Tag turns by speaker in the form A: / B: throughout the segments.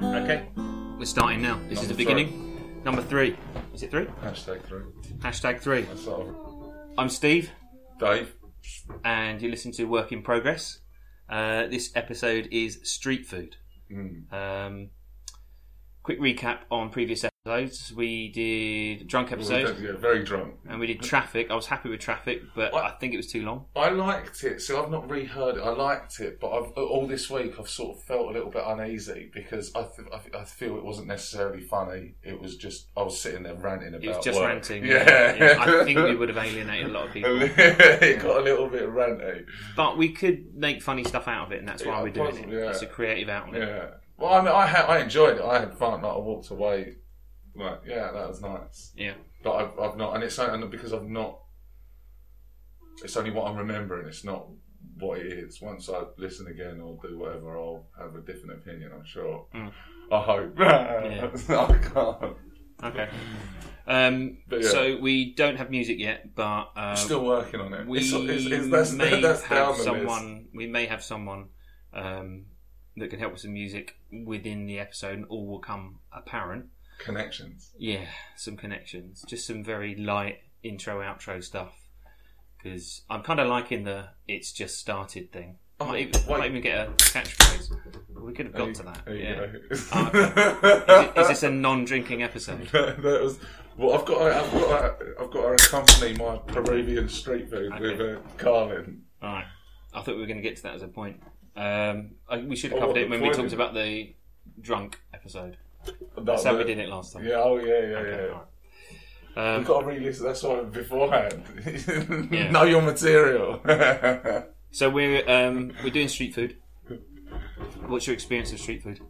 A: Okay, we're starting now. This is the
B: Number
A: beginning. Number three. Is it three?
B: Hashtag three.
A: Hashtag three.
B: That's sort of
A: I'm Steve,
B: Dave.
A: and you listen to Work in Progress. Uh, this episode is street food.
B: Mm.
A: Um, quick recap on previous episodes. We did drunk episode,
B: yeah, very drunk.
A: and we did traffic. I was happy with traffic, but
B: What?
A: I think it was too long.
B: I liked it, so I've not reheard it. I liked it, but I've, all this week I've sort of felt a little bit uneasy because I, th- I, th- I feel it wasn't necessarily funny. It was just I was sitting there ranting about.
A: It was just
B: work.
A: ranting.
B: Uh, Yeah,
A: Yeah, I think we would have alienated a lot of people,
B: it got a little bit ranty.
A: but we could make funny stuff out of it, and that's why
B: Yeah,
A: we're doing
B: possibly,
A: it.
B: yeah.
A: It's a creative outlet.
B: Yeah. Well, I mean, I, ha- I enjoyed it. I had fun. Like, I walked away. Like, yeah, that was nice.
A: Yeah.
B: But I've, I've not, and it's only and because I've not. It's only what I'm remembering. It's not what it is. Once I listen again or do whatever, I'll have a different opinion. I'm sure.
A: Mm.
B: I hope. I can't.
A: Okay. Um,
B: Mm. But yeah.
A: So we don't have music yet, but uh,
B: Still working on it.
A: we
B: It's- it's- it's-
A: may
B: down
A: have
B: the list.
A: someone. We may have someone um, that can help with some music within the episode, and all will come apparent.
B: Connections.
A: Yeah, some connections, just some very light intro outro stuff. Because I'm kind of liking the "it's just started" thing.
B: Oh,
A: might, even,
B: wait.
A: might even get a catchphrase. We could have got to that.
B: There you
A: Yeah. Ah,
B: go.
A: Is, it, is this a non-drinking episode?
B: that, that was well. I've got. I've got. I've got to accompany my Peruvian street food with a Carlin.
A: All right. I thought we were going to get to that as a point. Um, I, we should have
B: Oh,
A: covered
B: what,
A: it when we
B: point?
A: talked about the drunk episode.
B: That's
A: That's how we did it last time.
B: Oh, Yeah. Oh yeah. Yeah. yeah.
A: all right.
B: We've
A: Um,
B: got to re-listen. That's why beforehand.
A: Yeah.
B: know your material.
A: so we're um, we're doing street food. What's your experience of street food?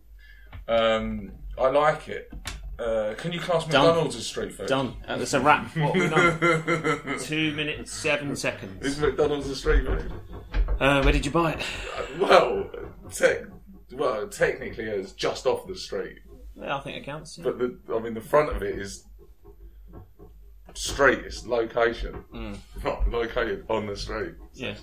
B: um, I like it. Uh, can you class McDonald's as street food?
A: Done. Uh, that's a wrap. What have we done? Two minutes seven seconds.
B: Is McDonald's a street food?
A: Uh, where did you buy it?
B: Well, tech. Well, technically, it's just off the street,
A: Yeah, I think it counts. yeah.
B: but the, I mean, the front of it is street. It's location,
A: Mm.
B: not located on the street.
A: Yeah.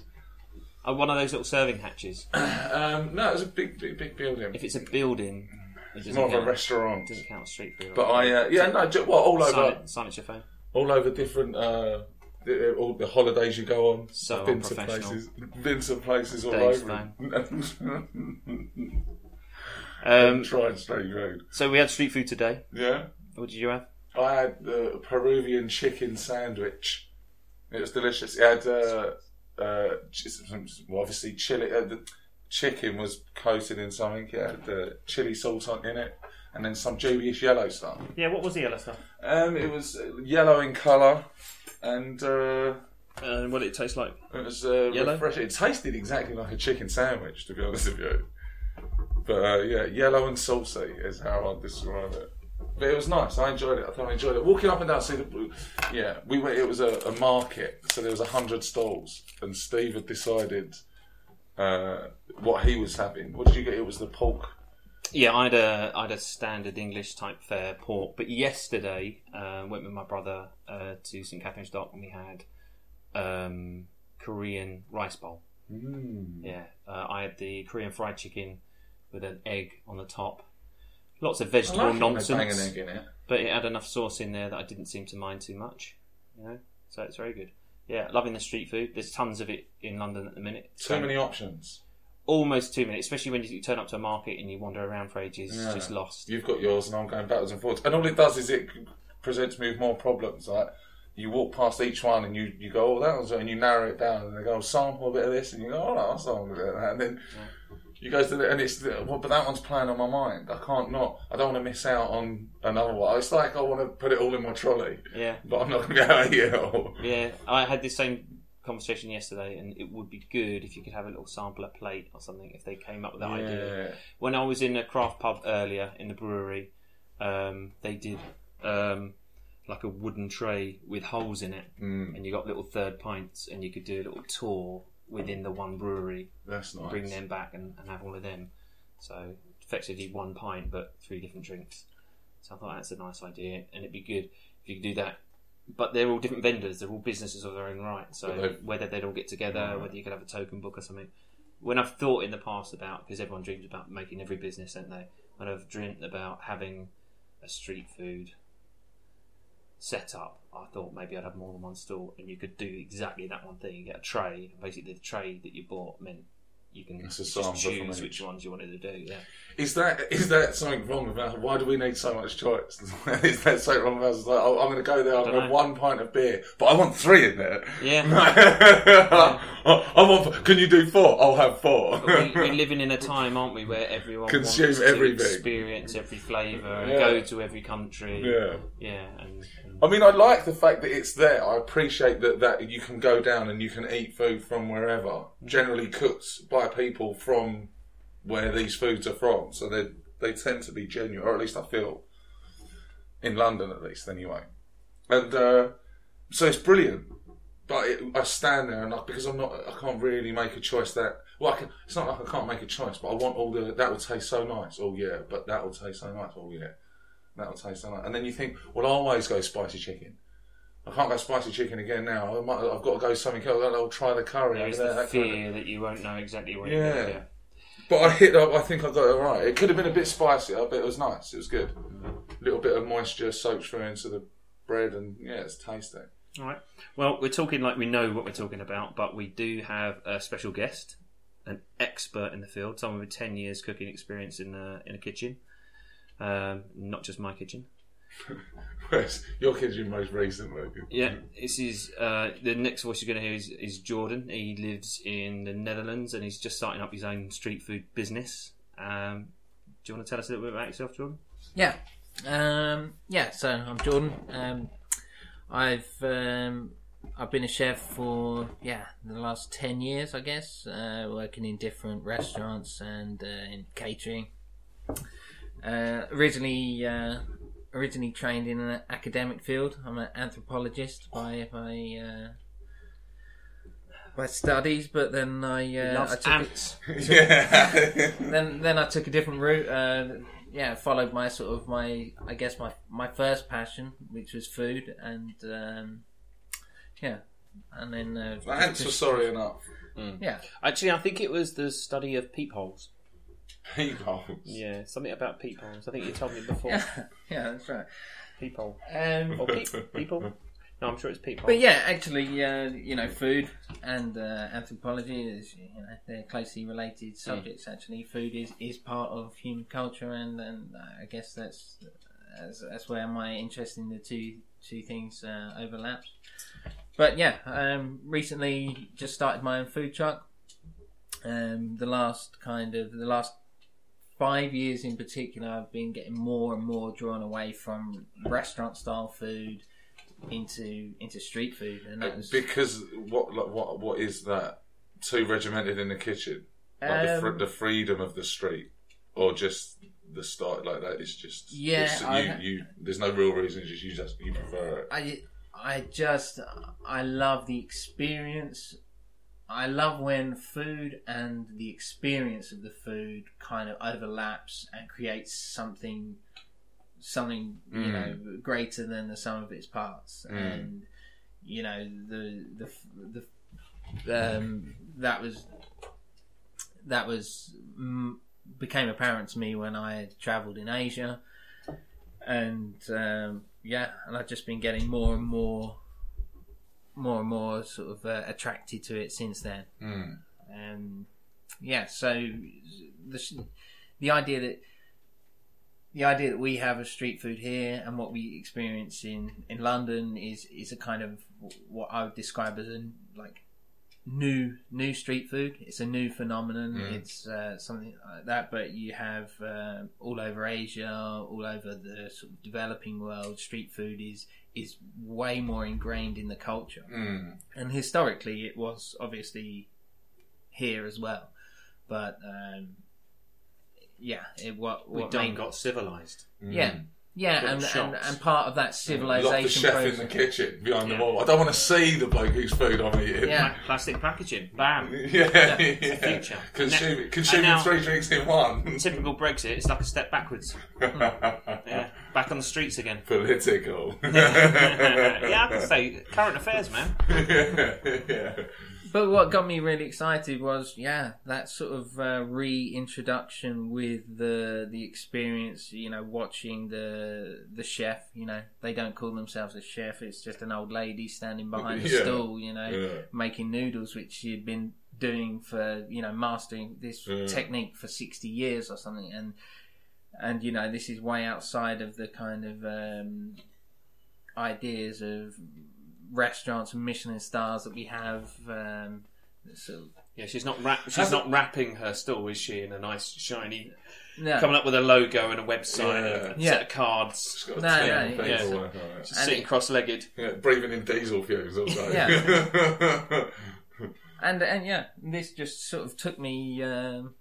A: Uh, one of those little serving hatches.
B: Um, no, it's a big, big, big building.
A: If it's a building, it doesn't
B: more of a
A: count.
B: restaurant.
A: Doesn't count as street food.
B: But I, uh, yeah, no, ju- well, all over.
A: silence, silence your phone.
B: all over different uh, the- all the holidays you go on.
A: So
B: I've been to
A: unprofessional.
B: places, been to places all
A: Dave's
B: over.
A: Um,
B: Try and stay rude.
A: so we had street food today.
B: Yeah,
A: What did you have?
B: I had the Peruvian chicken sandwich. It was delicious. It had uh, uh, ch- some- well, obviously chili. Uh, the chicken was coated in something. It had uh, chili sauce on in it, and then some dubious yellow stuff.
A: Yeah, what was the yellow stuff?
B: Um, it was uh, yellow in colour, and. Uh,
A: And what did it taste like?
B: It was uh,
A: Yellow?
B: refreshing. It tasted exactly like a chicken sandwich, to be honest with you. But uh, yeah, yellow and salty is how I'd describe it. But it was nice. I enjoyed it. I thought I enjoyed it. Walking up and down, see the yeah, we went. It was a, a market, so there was a hundred stalls, and Steve had decided uh, what he was having. What did you get? It was the pork.
A: Yeah, I had a I had a standard English type fare pork, but yesterday uh, went with my brother uh, to St Catherine's Dock and we had um, Korean rice bowl. Yeah, uh, I had the Korean fried chicken with an egg on the top. Lots of vegetable nonsense,
B: Bang an egg in it.
A: but it had enough sauce in there that I didn't seem to mind too much. You know, so it's very good. Yeah, loving the street food. There's tons of it in London at the minute.
B: Too many options.
A: almost two minutes, especially when you turn up to a market and you wander around for ages,
B: Yeah.
A: just lost.
B: You've got yours, and I'm going backwards and forwards. And all it does is it presents me with more problems. Like you walk past each one, and you, you go, "Oh, that was," and you narrow it down, and they go, "Sample a bit of this," and you go, "Oh, I'll sample a bit of that," and then you go to the and it's the, well, but that one's playing on my mind. I can't not. I don't want to miss out on another one. It's like I want to put it all in my trolley,
A: Yeah,
B: but I'm not going to be out of here. all.
A: yeah. I had this same conversation yesterday, and it would be good if you could have a little sampler plate or something if they came up with that idea.
B: Yeah.
A: When I was in a craft pub earlier in the brewery, um, they did um, like a wooden tray with holes in it,
B: Mm,
A: and you got little third pints, and you could do a little tour within the one brewery,
B: that's nice.
A: bring them back, and, and have all of them. So effectively one pint, but three different drinks. So I thought that's a nice idea, and it'd be good if you could do that. But they're all different vendors; they're all businesses of their own right.
B: But Mm.
A: So
B: they-
A: whether they'd all get together,
B: Yeah.
A: whether you could have a token book or something. When I've thought in the past about because everyone dreams about making every business, don't they? and I've dreamt about having a street food setup. I thought maybe I'd have more than one stall, and you could do exactly that one thing. You get a tray, and basically the tray that you bought meant you can
B: It's a
A: just
B: sampler from
A: choose
B: each.
A: which ones you wanted to do. Yeah,
B: Is that is that something wrong with us? Why do we need so much choice? is that something wrong with us? It's Like, oh, I'm going to go there. I'm going to have
A: Dunno.
B: one pint of beer, but I want three in there.
A: yeah.
B: I want. Can you do four? I'll have four.
A: we, we're living in a time, aren't we, where everyone
B: Consume
A: wants to
B: everything.
A: experience every flavour, and
B: Yeah.
A: go to every country.
B: yeah.
A: Yeah, and, and
B: I mean, I like the fact that it's there. I appreciate that, that you can go down and you can eat food from wherever, generally cooked by people from where these foods are from. So they they tend to be genuine, or at least I feel in London, at least anyway. And uh, so it's brilliant. But it, I stand there and I, because I'm not, I can't really make a choice that. Well, I can, it's not like I can't make a choice, but I want all the that will taste so nice. Oh yeah, but that will taste so nice. Oh yeah. That'll taste so nice. And then you think, well, I always go spicy chicken. I can't go spicy chicken again now. I might, I've got to go something else. I'll try the curry.
A: there
B: over
A: is
B: there,
A: the
B: that kind of-
A: fear that you won't know exactly what
B: Yeah.
A: you're going to do.
B: But I hit up. I think I got it right. It could have been a bit spicier, but it was nice. It was good. A little bit of moisture soaked through into the bread, and yeah, it's tasty.
A: All right. Well, we're talking like we know what we're talking about, but we do have a special guest, an expert in the field, someone with ten years cooking experience in a in a kitchen, um, not just my kitchen.
B: Whereas your kitchen most recently.
A: Yeah, this is uh, the next voice you're going to hear is, is Jordan. He lives in the Netherlands and he's just starting up his own street food business. Um, do you want to tell us a little bit about yourself, Jordan?
C: Yeah. Um, yeah, so I'm Jordan. Um, I've um, I've been a chef for yeah the last ten years, I guess, uh, working in different restaurants and uh, in catering. Uh, originally, uh, originally trained in an academic field. I'm an anthropologist by by uh, by studies, but then I uh, I
A: Loves
C: took a-
A: ants.
B: yeah.
C: then then I took a different route. Uh, yeah, followed my sort of my I guess my my first passion, which was food, and um, yeah, and then uh,
B: My ants were sorry enough.
C: yeah,
A: Actually, I think it was the study of peepholes.
B: People.
A: Yeah, something about peepholes. I think you told me before.
C: yeah, that's right.
A: Peephole.
C: Um,
A: Or peep, people. No, I'm sure it's peephole.
C: but yeah, actually, uh, you know, food and uh, anthropology is you know they're closely related subjects. Actually, food is, is part of human culture, and, and uh, I guess that's that's, that's where my interest in the two two things uh, overlaps. But yeah, um, recently just started my own food truck. Um, the last kind of the last five years in particular, I've been getting more and more drawn away from restaurant style food into into street food, and that was
B: Because what like, what what is that? Too regimented in the kitchen, like the, fr-
C: Um,
B: the freedom of the street, or just the start like that. It's just
C: Yeah,
B: it's-
C: I-
B: you, you there's no real reason. It's just you just you prefer it.
C: I I just I love the experience. I love when food and the experience of the food kind of overlaps and creates something something you
B: Mm.
C: know greater than the sum of its parts
B: Mm.
C: and you know the the f- the um that was that was mm, became apparent to me when I traveled in Asia and um, yeah, and I've just been getting more and more, more and more sort of uh, attracted to it since then.
B: Mm.
C: Um, yeah, so the the idea that the idea that we have of street food here and what we experience in, in London is is a kind of what I would describe as a like new new street food. It's a new phenomenon.
B: Mm.
C: It's uh, something like that, but you have uh, all over Asia, all over the sort of developing world. Street food is is way more ingrained in the culture
B: Mm.
C: and historically it was obviously here as well but um yeah it what,
A: we
C: what
A: done
C: made-
A: got civilised.
C: yeah
A: Got
C: yeah and, and
A: shots.
C: and part of that
B: Lock the
C: civilization
B: chef in the
C: process
B: kitchen behind
A: Yeah.
B: the wall. I don't want to see the bloke whose food I'm eating.
C: Yeah.
A: Pla- Plastic packaging. Bam.
B: yeah, yeah.
A: future.
B: Consuming,
A: And
B: consuming
A: now-
B: three drinks in one.
A: Typical Brexit. It's like a step backwards. Yeah. Back on the streets again.
B: Political.
A: yeah, I can say current affairs, man.
B: yeah.
C: But what got me really excited was, yeah, that sort of uh, reintroduction with the the experience. You know, watching the the chef. You know, they don't call themselves a chef; it's just an old lady standing behind a
B: Yeah.
C: stool. You know,
B: Yeah.
C: making noodles, which she'd been doing for you know mastering this
B: Yeah.
C: technique for sixty years or something, and and you know this is way outside of the kind of um, ideas of restaurants and Michelin stars that we have. Um, sort of,
A: Yeah, she's not rap- she's
B: Has-
A: not wrapping her still, is she? In a nice shiny,
C: no,
A: coming up with a logo and a website, and a
C: Yeah.
A: set of cards,
B: It's got a
C: No,
B: ton
C: no,
B: of
A: yeah.
B: paperwork on it.
A: just sitting cross-legged.
B: Yeah, breathing in diesel fumes all day.
C: and and yeah, this just sort of took me, um,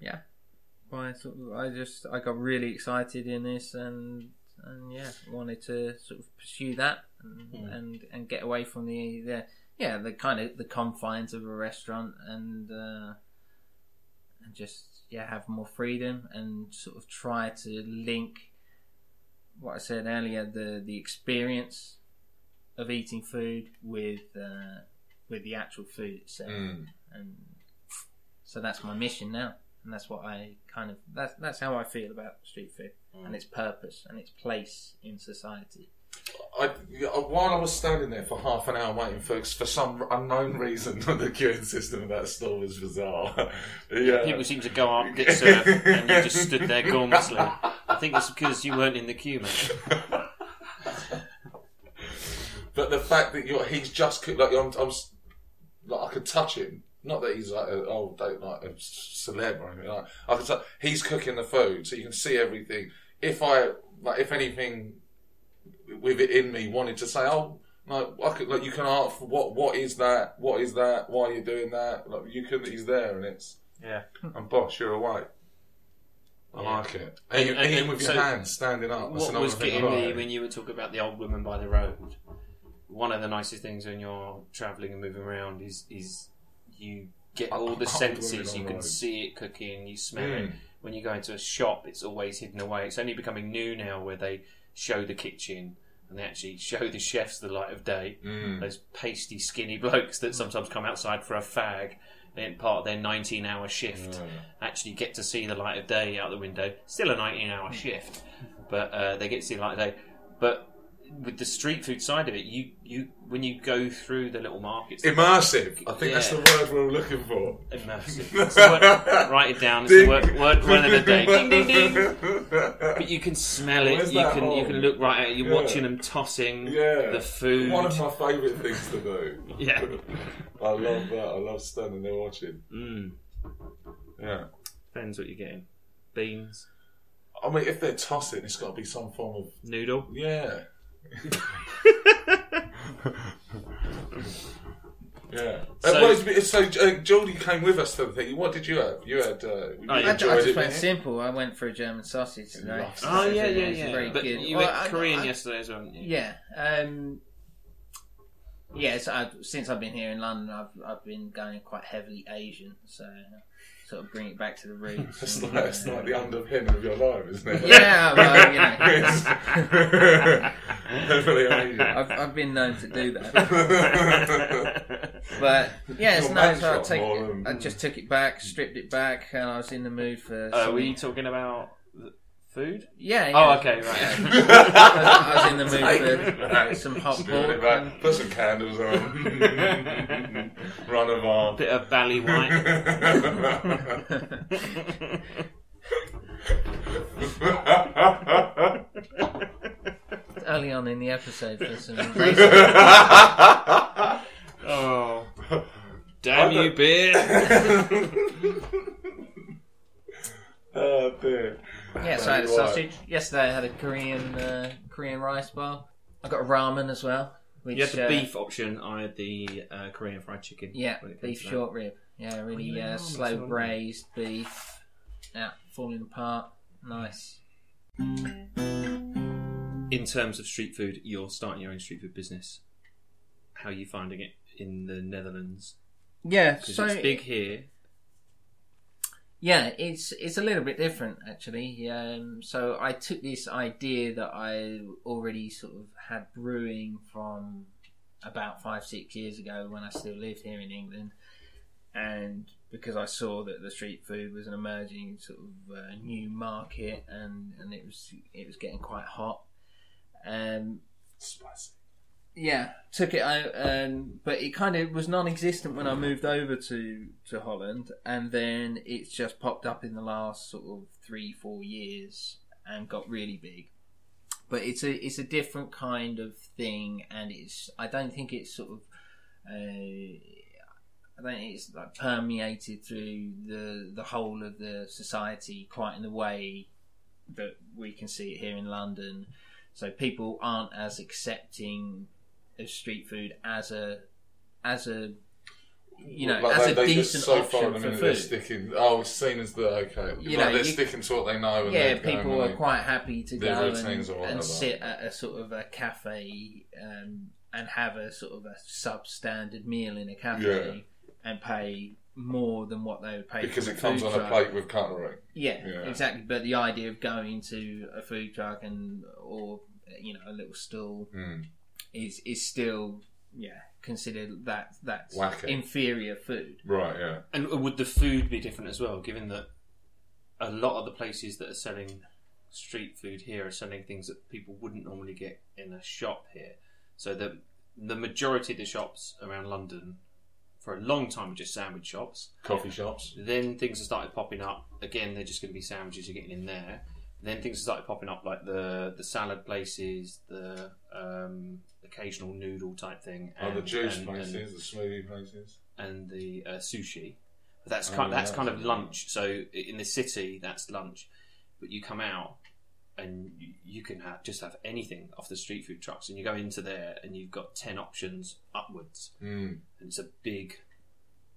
C: yeah. By sort of, I just I got really excited in this, and and yeah, wanted to sort of pursue that, and and, and get away from the the yeah the kind of the confines of a restaurant, and uh, and just yeah have more freedom, and sort of try to link what I said earlier the the experience of eating food with uh, with the actual food itself
B: Mm.
C: and so that's my mission now and that's what i kind of that's that's how i feel about street food
A: Mm.
C: and its purpose and its place in society
B: I, yeah, while I was standing there for half an hour waiting for, for some unknown reason, the queuing system of that store was bizarre. yeah.
A: People seem to go up, get served, and you just stood there gormlessly. I think it's because you weren't in the queue, mate.
B: But the fact that you're, he's just cooked, like I'm, I'm, s- like I could touch him. Not that he's like an old date, like a c- celeb or anything. Like I could, touch, he's cooking the food, so you can see everything. If I, like, if anything, with it in me, wanted to say, oh, like, I could, like you can ask for what, what is that? What is that? Why are you doing that? Like you could, he's there, and it's
A: Yeah.
B: and boss, you're awake. I
A: Yeah.
B: like it.
A: And-
B: Even,
A: and-
B: even
A: and
B: with
A: so
B: your hands standing up. That's
A: What
B: another
A: was
B: thing I
A: getting me
B: like.
A: when you were talking about the old woman by the road? One of the nicest things when you're travelling and moving around is is you get all the
B: Old women
A: senses.
B: on
A: You
B: the
A: can
B: road.
A: see it cooking, you smell it.
B: Mm.
A: When you go into a shop, it's always hidden away. It's only becoming new now where they show the kitchen and they actually show the chefs the light of day.
B: Mm.
A: Those pasty, skinny blokes that sometimes come outside for a fag. In part of their 19 hour shift,
B: Yeah.
A: actually get to see the light of day out the window. Still a 19 hour
B: Hmm.
A: shift, but uh, they get to see the light of day. But with the street food side of it, you, you when you go through the little markets,
B: Immersive. I think that's the
A: Yeah.
B: word we we're looking for.
A: immersive. It's the word- write it down. It's the
B: Ding.
A: word, word, word of the day. Ding, ding, ding. But you can smell it.
B: Where's
A: You
B: that
A: can you
B: hole?
A: can look right at it. You're
B: Yeah.
A: watching them tossing
B: Yeah.
A: the food.
B: One of my favourite things to do.
A: Yeah.
B: I love that. I love standing there watching.
A: Mm.
B: Yeah.
A: Depends what you're getting. Beans,
B: I mean, if they're tossing, it's got to be some form of
A: noodle.
B: yeah.
C: Oh,
B: yeah. So,
A: So-
B: uh, well, it's, it's- so uh, Geordie came with us to the thing. What did you have? You had. Uh, you
A: I- I
C: I,
B: enjoyed
C: I
B: it,
C: just went
B: didn't you?
C: simple I went for a German sausage today
B: Love
A: Oh yeah, yeah,
C: It's very
A: yeah. But
C: good.
A: you
C: Well,
A: ate
C: I-
A: Korean
C: I-
A: yesterday as well. Didn't you?
C: Yeah. Um, yeah, so I, since I've been here in London, I've I've been going quite heavily Asian, so sort of bring it back to the roots.
B: It's
C: and,
B: like, it's
C: uh,
B: like the underpin of your life, isn't it?
C: Yeah, well, you know.
B: It's definitely amazing.
C: I've, I've been known to do that, but yeah, it's
B: Your
C: nice.
B: man's
C: I
B: got
C: take,
B: more than-
C: I just took it back, stripped it back, and I was in the mood for.
A: Are
C: some-
A: we talking about th- food?
C: Yeah. yeah.
A: Oh, okay, right.
C: I was in the mood for
B: Right.
C: some hot
B: Just
C: pork.
B: doing it back.
C: and-
B: Put some candles on. Run of arm.
A: Bit of Bally White.
C: early on in the episode for some.
A: oh, damn
B: I
A: you,
B: don't-
A: beer!
B: oh dear.
C: Yeah, so I had
B: Tell
C: a
B: you what.
C: sausage. Yesterday I had a Korean uh, Korean rice bar. I got a ramen as well. Which,
A: You had the
C: uh,
A: beef option. I had the uh, Korean fried chicken.
C: Yeah,
A: when it came
C: beef
A: to that.
C: short rib. Yeah, really
A: yeah,
C: uh,
A: ramen,
C: slow
A: that's all,
C: braised beef. Yeah, falling apart. Nice.
A: In terms of street food, you're starting your own street food business. How are you finding it in the Netherlands?
C: Yeah,
A: Because
C: so
A: it's big here.
C: Yeah, it's it's a little bit different actually. Um, so I took this idea that I already sort of had brewing from about five, six years ago when I still lived here in England. And because I saw that the street food was an emerging sort of uh, new market and, and it was it was getting quite hot. Um,
B: Spicy.
C: yeah, took it out, um, but it kind of was non-existent when I moved over to to Holland, and then it's just popped up in the last sort of three, four years and got really big. But it's a it's a different kind of thing, and it's I don't think it's sort of. Uh, I don't think it's like permeated through the the whole of the society quite in the way that we can see it here in London. So people aren't as accepting of street food as a as a you know
B: like
C: as
B: they,
C: a
B: they
C: decent
B: just so far
C: option
B: at the
C: for
B: minute
C: food.
B: they're sticking. Oh, it's seen as the okay.
C: You
B: like
C: know,
B: they're
C: you-
B: sticking to what they know. And
C: yeah,
B: they're going
C: people
B: on.
C: are quite happy to
B: um, their
C: go
B: routines
C: and,
B: or whatever.
C: and sit at a sort of a cafe um, and have a sort of a substandard meal in a cafe and pay more than what they would pay
B: because
C: for a
B: it comes
C: food
B: on a
C: truck.
B: plate with cutlery.
C: Yeah,
B: Yeah.
C: exactly. But the idea of going to a food truck and or you know a little stall
B: Mm.
C: is is still yeah considered that that's
B: Whacker.
C: inferior food.
B: Right. Yeah.
A: And would the food be different as well, given that a lot of the places that are selling street food here are selling things that people wouldn't normally get in a shop here? So the the majority of the shops around London for a long time were just sandwich shops.
B: Coffee shops.
A: Then things have started popping up. Again, they're just going to be sandwiches you're getting in there. Then things have started popping up like the the salad places, the um, occasional noodle type thing,
B: oh, the juice
A: and- and-
B: places, the smoothie places.
A: and the uh, sushi. But that's
B: Oh,
A: kind, that's
B: yeah.
A: kind of lunch. So i- in the city, that's lunch. But you come out and you, you can have just have anything off the street food trucks, and you go into there and you've got ten options upwards,
B: Mm.
A: and it's a big,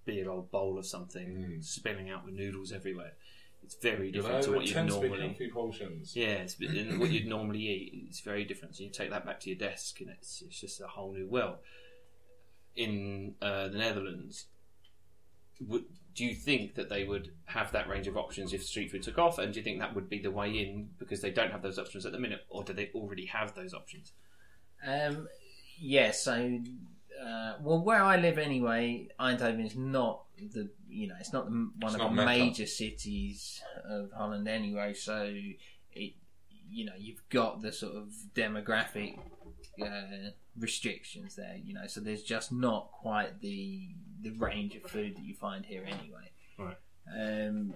A: big old bowl of something
B: Mm.
A: spilling out with noodles everywhere. It's very
B: You
A: different
B: know,
A: to what
B: it
A: you
B: tends to be
A: normally.
B: healthy portions.
A: Yeah, it's, and what you'd normally eat it's very different. So you take that back to your desk, and it's it's just a whole new world. In uh, the Netherlands, would, do you think that they would have that range of options if street food took off? And do you think that would be the way in because they don't have those options at the minute, or do they already have those options?
C: Um, yeah. So uh, well, where I live anyway, Eindhoven is not the you know it's not the, one of
B: not
C: the
B: Mecca.
C: major cities of Holland anyway. So it you know you've got the sort of demographic uh, restrictions there. You know, so there's just not quite the the range of food that you find here anyway.
A: Right.
C: Um,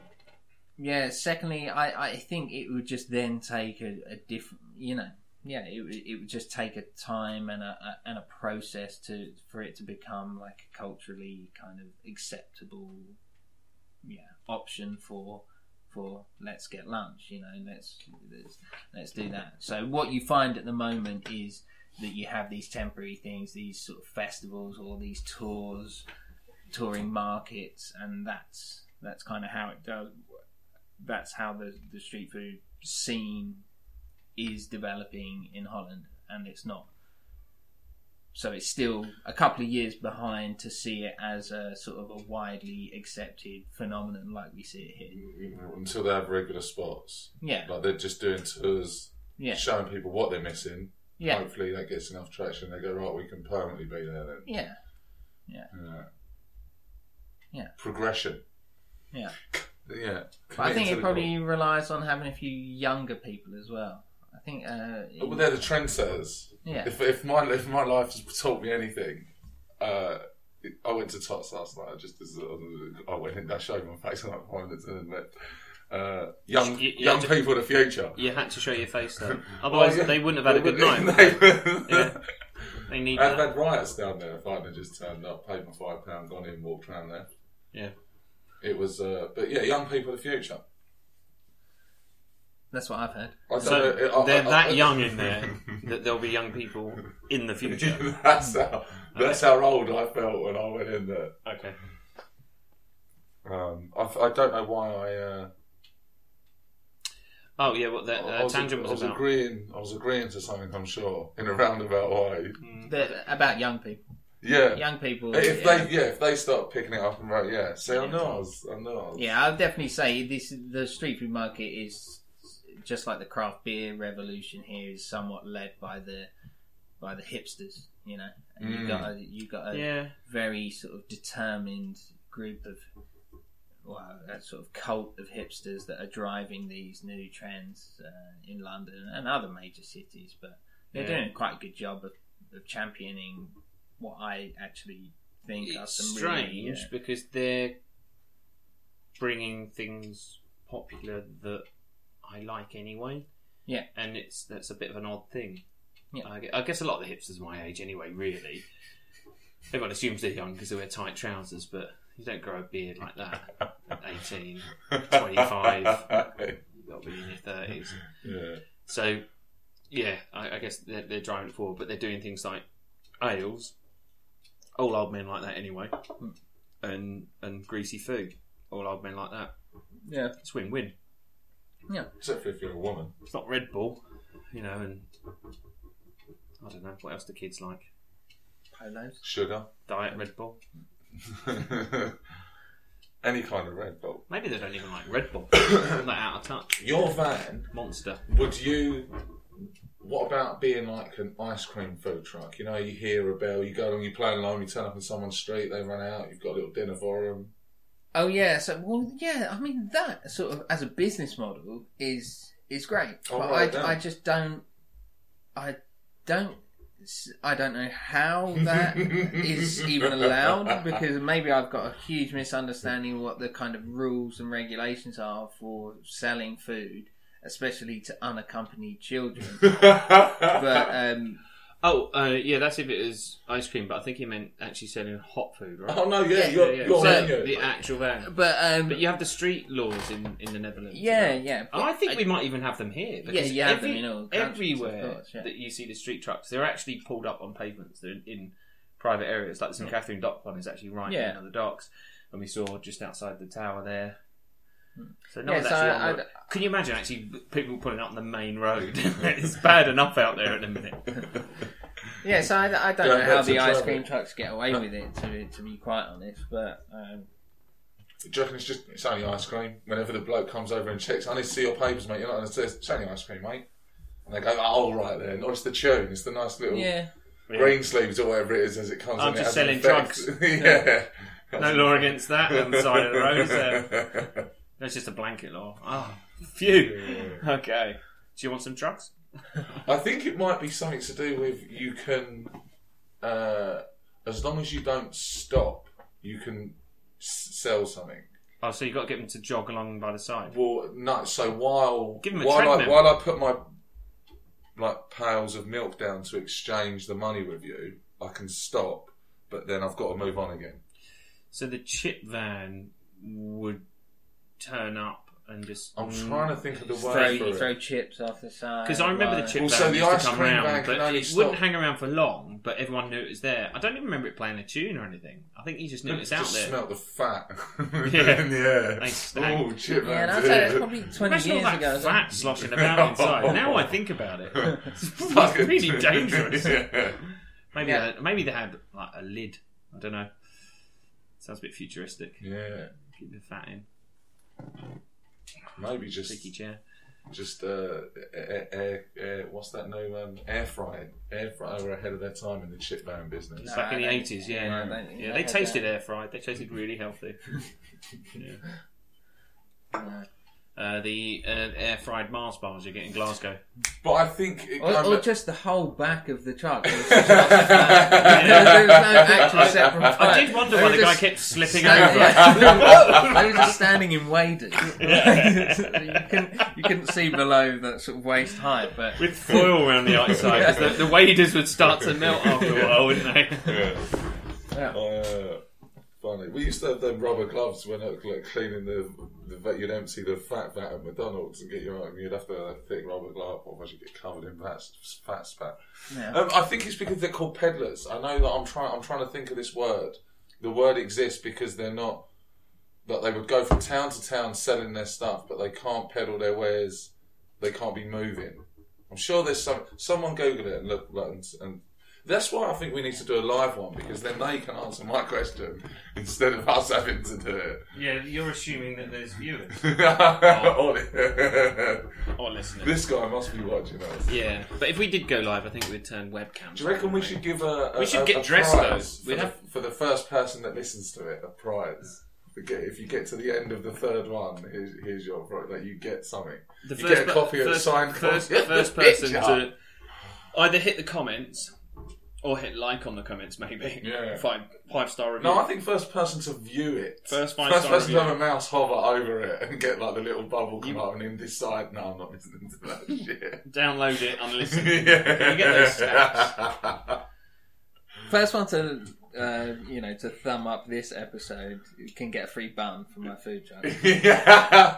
C: yeah. Secondly, I I think it would just then take a, a different you know. Yeah, it, would- it would just take a time and a, a and a process to for it to become like a culturally kind of acceptable, yeah, option for for let's get lunch, you know, let's let's, let's do that. So what you find at the moment is that you have these temporary things, these sort of festivals or these tours, touring markets, and that's that's kind of how it does. That's how the the street food scene is developing in Holland, and it's not. So it's still a couple of years behind to see it as a sort of a widely accepted phenomenon like we see it here.
B: Until they have regular spots,
C: Yeah,
B: like they're just doing tours,
C: yeah,
B: showing people what they're missing.
C: yeah,
B: Hopefully, that gets enough traction. They go right. We can permanently be there then.
C: yeah,
B: Yeah.
C: Yeah.
B: Progression.
C: yeah.
B: Yeah.
C: But I
B: Committing
C: think
B: to
C: it
B: the
C: probably relies on having a few younger people as well. I think, uh,
B: goal. Well, they're the trendsetters.
C: yeah,
B: If, if my if my life has taught me anything, uh, it- I went to Tots last night. Just as a- I went in, I showed my face on that five minutes and then that uh, young
A: You- you
B: young
A: had to-
B: people of the future.
A: You had to show your face though, otherwise
B: Oh, yeah.
A: they wouldn't have had a good night.
B: night.
A: yeah, they need
B: I've
A: that.
B: had riots down there. If I'd have just turned up, paid my five pound, gone in, walked round there.
A: Yeah.
B: It was, uh, but yeah, young people of the future.
C: that's what I've heard.
B: I don't
A: So
B: know, I- I-
A: they're
B: I-
A: that young in there that there'll be young people in the future.
B: that's how that's how old I felt when I went in there.
A: Okay.
B: Um, I, I don't know why I. Uh,
A: Oh yeah, what that
B: I- I
A: uh,
B: was,
A: tangent
B: I
A: was
B: was
A: about.
B: agreeing. I was agreeing to something. I'm sure in a roundabout way.
A: Mm.
C: They're- about young people.
B: Yeah.
C: Young people.
B: If
C: yeah.
B: they yeah, if they start picking it up and right, yeah. See, I
A: Yeah.
B: know. I was, I know. I was-
C: Yeah, I'll definitely say this. The street food market is just like the craft beer revolution here is somewhat led by the by the hipsters, you know. And you
B: Mm.
C: got a, you got a
A: Yeah,
C: very sort of determined group of well, that sort of cult of hipsters that are driving these new trends uh, in London and other major cities. But they're
A: Yeah.
C: doing quite a good job of, of championing what I actually think are
A: it's
C: some
A: strange
C: really uh, yeah,
A: because they're bringing things popular that I like anyway.
C: Yeah.
A: and it's that's a bit of an odd thing.
C: Yeah.
A: I, gue- I guess a lot of the hipsters my age anyway. Really, everyone assumes they're young because they wear tight trousers, but you don't grow a beard like that. at Eighteen,
B: Twenty-five.
A: you've got to be in your thirties.
B: yeah.
A: So, yeah, I, I guess they're, they're driving it forward, but they're doing things like ales, all old men like that anyway, and and greasy food, all old men like that.
C: yeah.
A: It's win win.
B: Except for if you're a woman.
A: It's not Red Bull, you know, and I don't know what else do kids like.
C: polos.
B: Sugar.
A: Diet Red Bull.
B: Any kind of red bulb.
A: Maybe they don't even like Red Bull. They're not out of touch.
B: Your van,
A: Monster.
B: would you. What about being like an ice cream food truck? You know, you hear a bell, you go along, you play along, you turn up in someone's street, they run out, you've got a little dinner for them.
C: Oh yeah, so well yeah, I mean that sort of as a business model is is great,
B: Oh,
C: but
B: right, yeah.
C: I, I just don't I don't s- I don't know how that is even allowed because maybe I've got a huge misunderstanding of what the kind of rules and regulations are for selling food, especially to unaccompanied children. But um,
A: Oh, uh, yeah, that's if it is ice cream, but I think he meant actually selling hot food, right?
B: oh, no,
C: Yeah,
B: yeah, you're,
A: yeah,
B: you're
A: so
B: menu.
A: the uh, actual van.
C: but um,
A: But you have the street laws in, in the Netherlands.
C: yeah,
A: right?
C: yeah,
A: Oh, I think we might even have them here.
C: yeah,
A: because
C: you have them in all countries, of
A: everywhere
C: course, yeah.
A: that you see the street trucks, they're actually pulled up on pavements. They're in, in private areas. Like the St Catherine Dock one is actually right
C: Yeah.
A: in the docks, and we saw just outside the tower there. So no
C: Hmm. Yeah,
A: one's
C: so
A: actually
C: I-
A: on the- Can you imagine actually people pulling up on the main road? it's bad enough out there at the minute.
C: Yeah, so I, I don't
B: Yeah,
C: know how
B: that's
C: the
B: a
C: ice
B: trouble.
C: cream trucks get away with it, to, to be quite honest. But um,
B: Do you reckon it's just it's only ice cream? Whenever the bloke comes over and checks, I need to see your papers, mate. You're not, and it says, it's only ice cream, mate. And they go, oh, right then. Or it's the tune. It's the nice little
C: yeah,
B: green sleeves or whatever it is as it comes.
A: I'm
B: in, it
A: just
B: has an
A: selling
B: effect. yeah.
A: No law against that on the side of the road, is there? That's just a blanket law. Oh, phew. Okay. Do you want some drugs?
B: I think it might be something to do with you can, uh, as long as you don't stop, you can s- sell something.
A: Oh, so you've got to get them to jog along by the side.
B: Well, no. So while
A: Give 'em a
B: while I,
A: treadmill.
B: while I put my like pails of milk down to exchange the money with you, I can stop, but then I've got to move on again.
A: So the chip van would turn up and just.
B: I'm trying to think of the
C: throw,
B: word
C: you
B: for
C: throw
B: it.
C: chips off the side.
A: Because I remember the
C: like-
A: chip
B: Well,
A: van
B: so the
A: used
B: ice
A: to come
B: cream
A: round,
B: van can
A: but
B: only
A: it wouldn't
B: stop-
A: hang around for long. But everyone knew it was there. I don't even remember it playing a tune or anything. I think you just knew it was out
B: Just
A: there.
B: smelt the fat.
A: Yeah.
B: yeah.
A: They stank.
B: Oh, chip man's
C: Yeah, and I'd say that's
B: here.
C: probably twenty
A: Imagine all
C: years
A: that
C: ago. as well.
A: fat sloshing about inside. Now I think about it, it's
B: Fucking-
A: really dangerous.
B: Yeah.
A: Maybe
C: Yeah.
A: they, maybe they had like a lid. I don't know. Sounds a bit futuristic.
B: Yeah.
A: Keep the fat in.
B: Maybe just
A: Sticky chair.
B: just uh, air, air, air, what's that new um, air frying? Air fryer were ahead of their time in the chip van business.
A: It's back in the
C: I don't-
A: eighties, yeah.
C: yeah, I
A: Yeah,
C: don't think that
A: they
C: had
A: tasted air fried. They tasted really healthy. yeah.
C: Yeah.
A: uh, the uh, air fried Mars bars you get in Glasgow.
B: But I think it
C: Or,
B: kind
C: or
B: of-
C: just the whole back of the truck. It was just lots of fat. there, was, there was no actual separate.
A: I
C: fat.
A: did wonder
C: They
A: why
C: were
A: the guy
C: just
A: kept slipping
C: standing-
A: over.
C: yeah. They were just standing in waders. you couldn't you couldn't see below that sort of waist height, but
A: With foil around the outside, 'cause the, the waders would start to melt after a while, wouldn't they?
B: Yeah.
C: Yeah.
B: Uh, funny. We used to have them rubber gloves when out like, cleaning the, the vet. You'd empty the fat vat at McDonald's and get your own. You'd have to have a thick rubber glove, otherwise you get covered in fat, fat spat.
C: yeah.
B: Um, I think it's because they're called peddlers. I know that I'm trying. I'm trying to think of this word. The word exists because they're not. That they would go from town to town selling their stuff, but they can't peddle their wares. They can't be moving. I'm sure there's some. Someone Google it and look and, and That's why I think we need to do a live one because then they can answer my question instead of us having to do it.
A: Yeah, you're assuming that there's viewers
B: Or-
A: or listeners.
B: this guy must be watching us.
A: Yeah, but if we did go live, I think we'd turn webcam.
B: Do you reckon we should give a, a
A: We should
B: a-
A: get
B: a
A: dressed,
B: prize
A: though.
B: for,
A: We'd
B: the,
A: have-
B: for the first person that listens to it? A prize. If you get- If you get to the end of the third one, here's, here's your prize. Like you get something.
A: The
B: you get a
A: per-
B: copy of the
A: first-
B: signed
A: first,
B: copy. of the
A: first person
B: picture.
A: to either hit the comments or hit like on the comments, maybe.
B: Yeah.
A: Five five star review.
B: No, I think first person to view it.
A: First five
B: first
A: star
B: person to
A: review.
B: have a mouse hover over it and get like the little bubble come up and him decide, no, I'm not listening to that shit.
A: Download it, unlisten.
B: yeah.
A: you get those stats?
C: First one to uh, you know to thumb up this episode can get a free bun from my food truck.
B: yeah.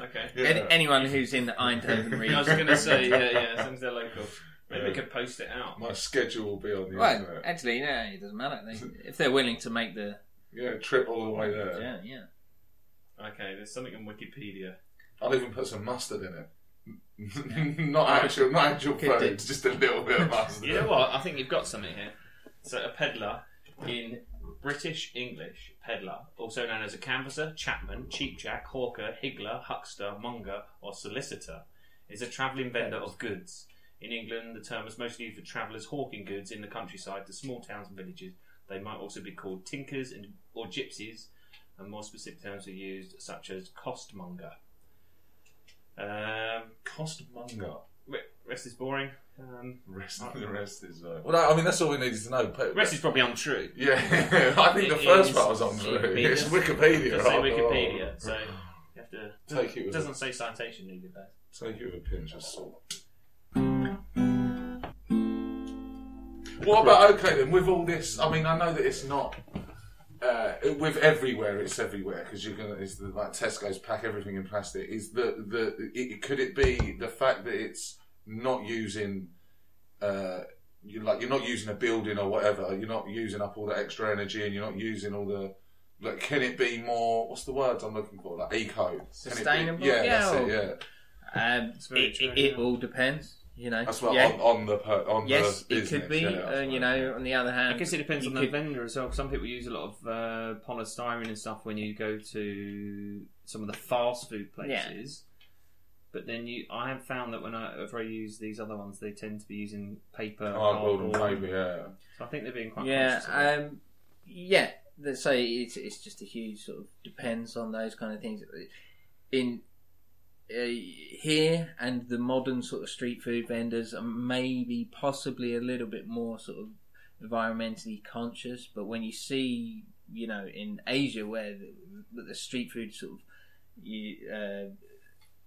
A: okay.
C: Any, anyone who's in the Eindhoven
A: I was
C: region.
A: going to say, yeah, yeah, as long as they're local. Maybe we
B: Yeah.
A: could post it out.
B: My schedule will be on the
C: Well,
B: internet.
C: actually, no, it doesn't matter. They, if they're willing to make the
B: Yeah, trip all the way there.
C: yeah, yeah.
A: Okay, there's something on Wikipedia.
B: I'll even put some mustard in it. not actual, not actual
C: Could do.
B: food, just a little bit of mustard.
A: You know what? I think you've got something here. So, a peddler in British English, peddler, also known as a canvasser, chapman, cheapjack, hawker, higgler, huckster, monger, or solicitor, is a travelling vendor of goods. In England, the term is mostly used for travellers hawking goods in the countryside to small towns and villages. They might also be called tinkers and or gypsies, and more specific terms are used, such as costmonger. Um,
B: Costmonger.
A: re- rest is boring. Um,
B: Rest, the rest is. Uh, well, I mean, that's all we needed to know. But,
A: rest is probably untrue.
B: yeah, I think the
A: It
B: first
A: is-
B: part was on true.
A: it
B: It's
A: is-
B: Wikipedia.
A: It does say
B: after all.
A: Wikipedia, so you have to.
B: Take it with
A: doesn't say citation needed there.
B: Take it with a pinch of salt. What about okay then? With all this, I mean, I know that it's not. Uh, with everywhere, it's everywhere because you're gonna. It's the, like Tesco's pack everything in plastic. Is the the it, could it be the fact that it's not using, uh, you like you're not using a building or whatever. You're not using up all the extra energy and you're not using all the. Like, can it be more? What's the words I'm looking for? Like eco, Can it be-
C: Sustainable?
B: yeah, that's
C: Yeah.
B: it. Yeah.
C: Um,
A: very
C: it,
A: true,
C: it, it
A: yeah.
C: all depends, you know.
B: That's well
C: yeah.
B: on, on the per, on
C: yes,
B: the
C: it
B: business.
C: could be.
B: yeah,
C: uh,
B: that's
C: you
B: right.
C: know, on the other hand,
A: I guess it depends
C: you
A: on the
C: could-
A: vendor as well. Some people use a lot of uh, polystyrene and stuff when you go to some of the fast food places. But then you, I have found that when I, if I use these other ones, they tend to be using paper,
B: Cardboard and
A: cardboard.
B: paper, yeah.
A: So I think they're being quite
C: Yeah,
A: conscious. of that.
C: um, yeah. th- So it's it's just a huge sort of depends on those kind of things. In uh, here and the modern sort of street food vendors are maybe possibly a little bit more sort of environmentally conscious, but when you see you know in Asia where the, the street food sort of you, uh,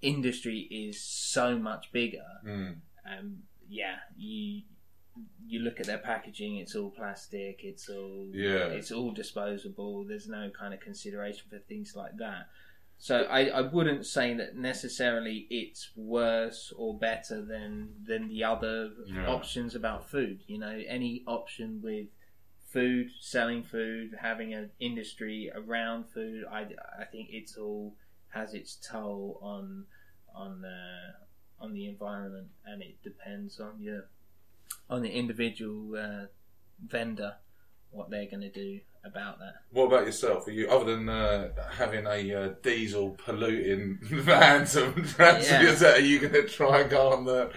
C: industry is so much bigger,
B: Mm.
C: um, yeah, you you look at their packaging; it's all plastic, it's all
B: Yeah.
C: it's all disposable. There's no kind of consideration for things like that. So I, I wouldn't say that necessarily it's worse or better than than the other
B: Yeah.
C: options about food. You know, any option with food, selling food, having an industry around food, I, I think it's all has its toll on on uh, on the environment, and it depends on your on the individual uh, vendor what they're going to do about that.
B: What about yourself? Are you other than uh, having a uh, diesel polluting van to transport? Are you going to try and go on the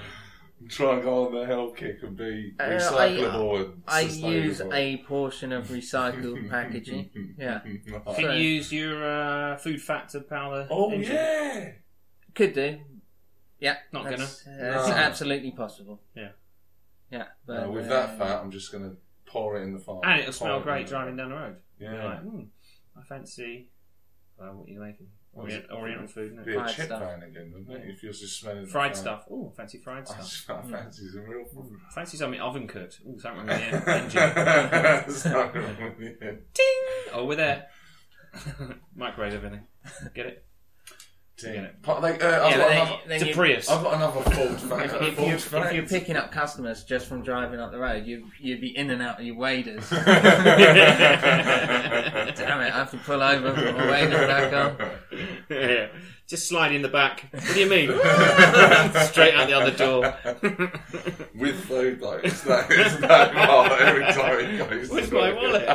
B: try and go on the hell kick and be
C: Uh, I-
B: recyclable and
C: I use
B: sustainable?
C: a portion of recycled packaging. Yeah,
A: you
B: Right.
A: can
C: so-
A: use your uh, food fat to power the
B: Oh
A: engine.
B: yeah.
C: could do. Yeah,
A: Not
C: that's,
A: gonna.
C: uh, that's
B: No.
C: absolutely possible.
A: Yeah.
C: yeah.
B: No, with
C: uh,
B: that fat, I'm just going to pour it in the fire.
A: And it'll smell
B: Pour it
A: great
B: in.
A: driving down the road. You're
B: Yeah.
A: like, hmm, I fancy. Well, what are you making?
B: What is
A: Orient,
B: it?
A: Oriental food, no?
B: Be a
C: Fried
B: chip
C: stuff.
B: van again, wouldn't it? If you're just smelling the
A: fried
B: fat.
A: stuff. Oh, fancy fried
B: I
A: stuff.
B: just I fancy some real food.
A: Fancy something oven cooked. Oh, something with the en- engine.
B: Ding.
A: oh, we're there. Microwave everything. Get it?
B: Pa- like, uh, I've, got
C: Yeah, but
B: another,
C: then- then
A: It's a
C: you-
A: Prius.
B: I've got another Ford fact.
C: If,
B: Ford
C: you, if
B: fact.
C: you're picking up customers just from driving up the road, you, you'd be in and out of your waders.
A: Damn
C: Damn it, I have to pull over for my waders back on.
A: yeah. Just slide in the back. What do you mean? Straight out the other door.
B: With food though, it's that it's that mark every time he goes.
A: Where's
B: to
A: my
B: work.
A: wallet?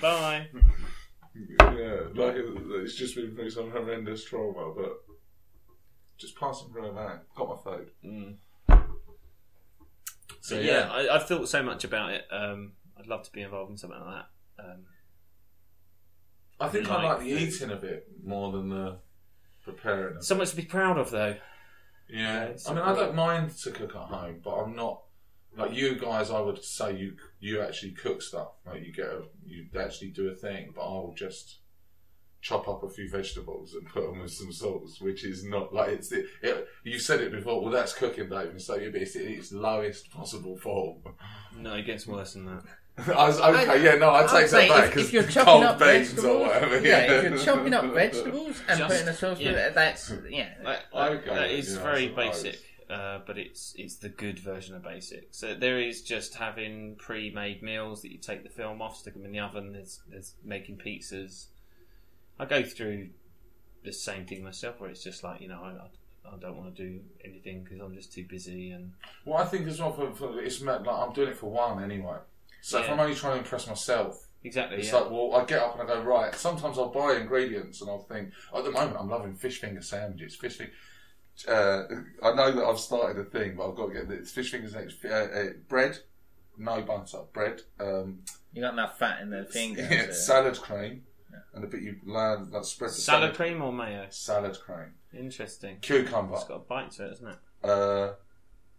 A: Bye.
B: yeah, like it- it's just been through some horrendous trauma, but just passing through a van, got my food.
A: So Mm. yeah, I, I've thought so much about it. Um, I'd love to be involved in something like that. Um,
B: I think I
A: Like-
B: like the eating of it more than the preparing. Of it.
A: so much to be proud of, though.
B: Yeah,
A: it's
B: I mean, I don't mind to cook at home, but I'm not like you guys. I would say you you actually cook stuff, like you go you actually do a thing, but I'll just chop up a few vegetables and put them with some sauce, which is not like it's it, it, you said it before. Well, that's cooking, David. So you it's its lowest possible form.
A: No, it gets worse than that.
B: I was okay. yeah, no, I
C: I'd
B: take
C: say
B: that back
C: if-
B: because
C: if you're chopping
B: cold
C: up
B: beans or
C: vegetables-
B: whatever.
C: Yeah, if you're chopping up vegetables and
A: Just-
C: putting a sauce with
A: yeah.
C: it, that's yeah.
A: Like, like,
B: Okay,
A: that is
B: yeah, I
A: very
B: suppose.
A: basic, uh, but it's it's the good version of basic. So there is just having pre-made meals that you take the film off, stick them in the oven. There's there's making pizzas. I go through the same thing myself, where it's just like you know I I, I don't want to do anything because I'm just too busy and
B: Well, I think as well for, for it's meant like I'm doing it for one anyway. So if
A: Yeah.
B: I'm only trying to impress myself,
A: exactly.
B: it's
A: Yeah.
B: like well, I get up and I go right. Sometimes I'll buy ingredients and I'll think. At the moment, I'm loving fish finger sandwiches. Fish finger. Uh, I know that I've started a thing, but I've got to get this fish fingers next. Uh, uh, bread, no butter, bread. Um,
C: You got enough fat in the finger.
B: yeah,
C: to-
B: salad cream, and a bit you land that spread the
A: Salad cream or mayo?
B: Salad cream,
A: Interesting.
B: cucumber,
A: It's got a bite to it, isn't it?
B: uh,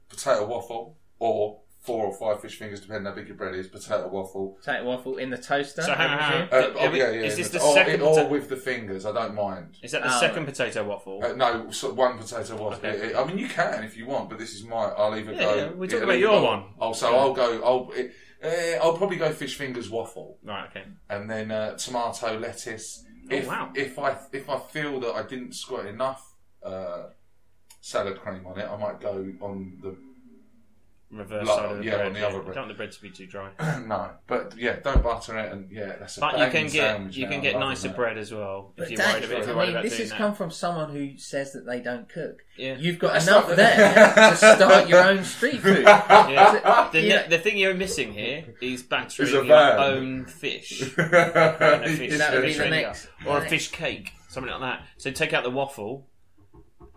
B: potato waffle, or four or five fish fingers, depending how big your bread is. Potato waffle.
C: Potato waffle in the toaster.
A: So hang on,
C: I
A: hang on.
C: presume.
B: Uh,
A: Th-
B: oh, yeah, yeah.
A: is this the
B: or,
A: second
B: it- or
A: pota-
B: with the fingers? I don't mind.
A: Is that the
C: Oh,
A: second potato waffle?
B: Uh, no, so one potato waffle.
A: Okay.
B: It- it- I mean, you can if you want, but this is my. I'll either
A: Yeah,
B: go.
A: yeah, we talked
B: it'll
A: about
B: either
A: your
B: go-
A: one.
B: Oh, so
A: Yeah.
B: I'll go. I'll. It, eh, I'll probably go fish fingers waffle,
A: Right. Okay.
B: and then uh, tomato lettuce. If
A: Oh, wow.
B: if I if I feel that I didn't squirt enough uh, salad cream on it, I might go on the
A: Reverse
B: Like,
A: side of the
B: yeah,
A: bread.
B: on the
A: yeah.
B: other
A: I
B: bread.
A: don't want the bread to be too dry.
B: no, but yeah, don't butter it, and yeah, that's a
A: But you
B: banging
A: can get
B: sandwich
A: you
B: now,
A: can
B: I
A: get
B: love
A: nicer
B: that.
A: bread as well if
C: But
A: you're worried about, if
C: Dave,
A: you're
C: I
A: worried
C: mean,
A: about
C: this
A: doing
C: has
A: that.
C: come from someone who says that they don't cook.
A: yeah.
C: You've got
B: That's
C: enough
B: not-
C: there to start your own street food.
A: Yeah. The,
C: Yeah.
A: the thing you're missing here is battering
B: Is a
A: your
B: van.
A: own fish,
B: that
A: And a fish,
C: That would be
A: fish
C: the
A: finger.
C: next-
A: or a
C: next-
A: fish cake, something like that. So take out the waffle,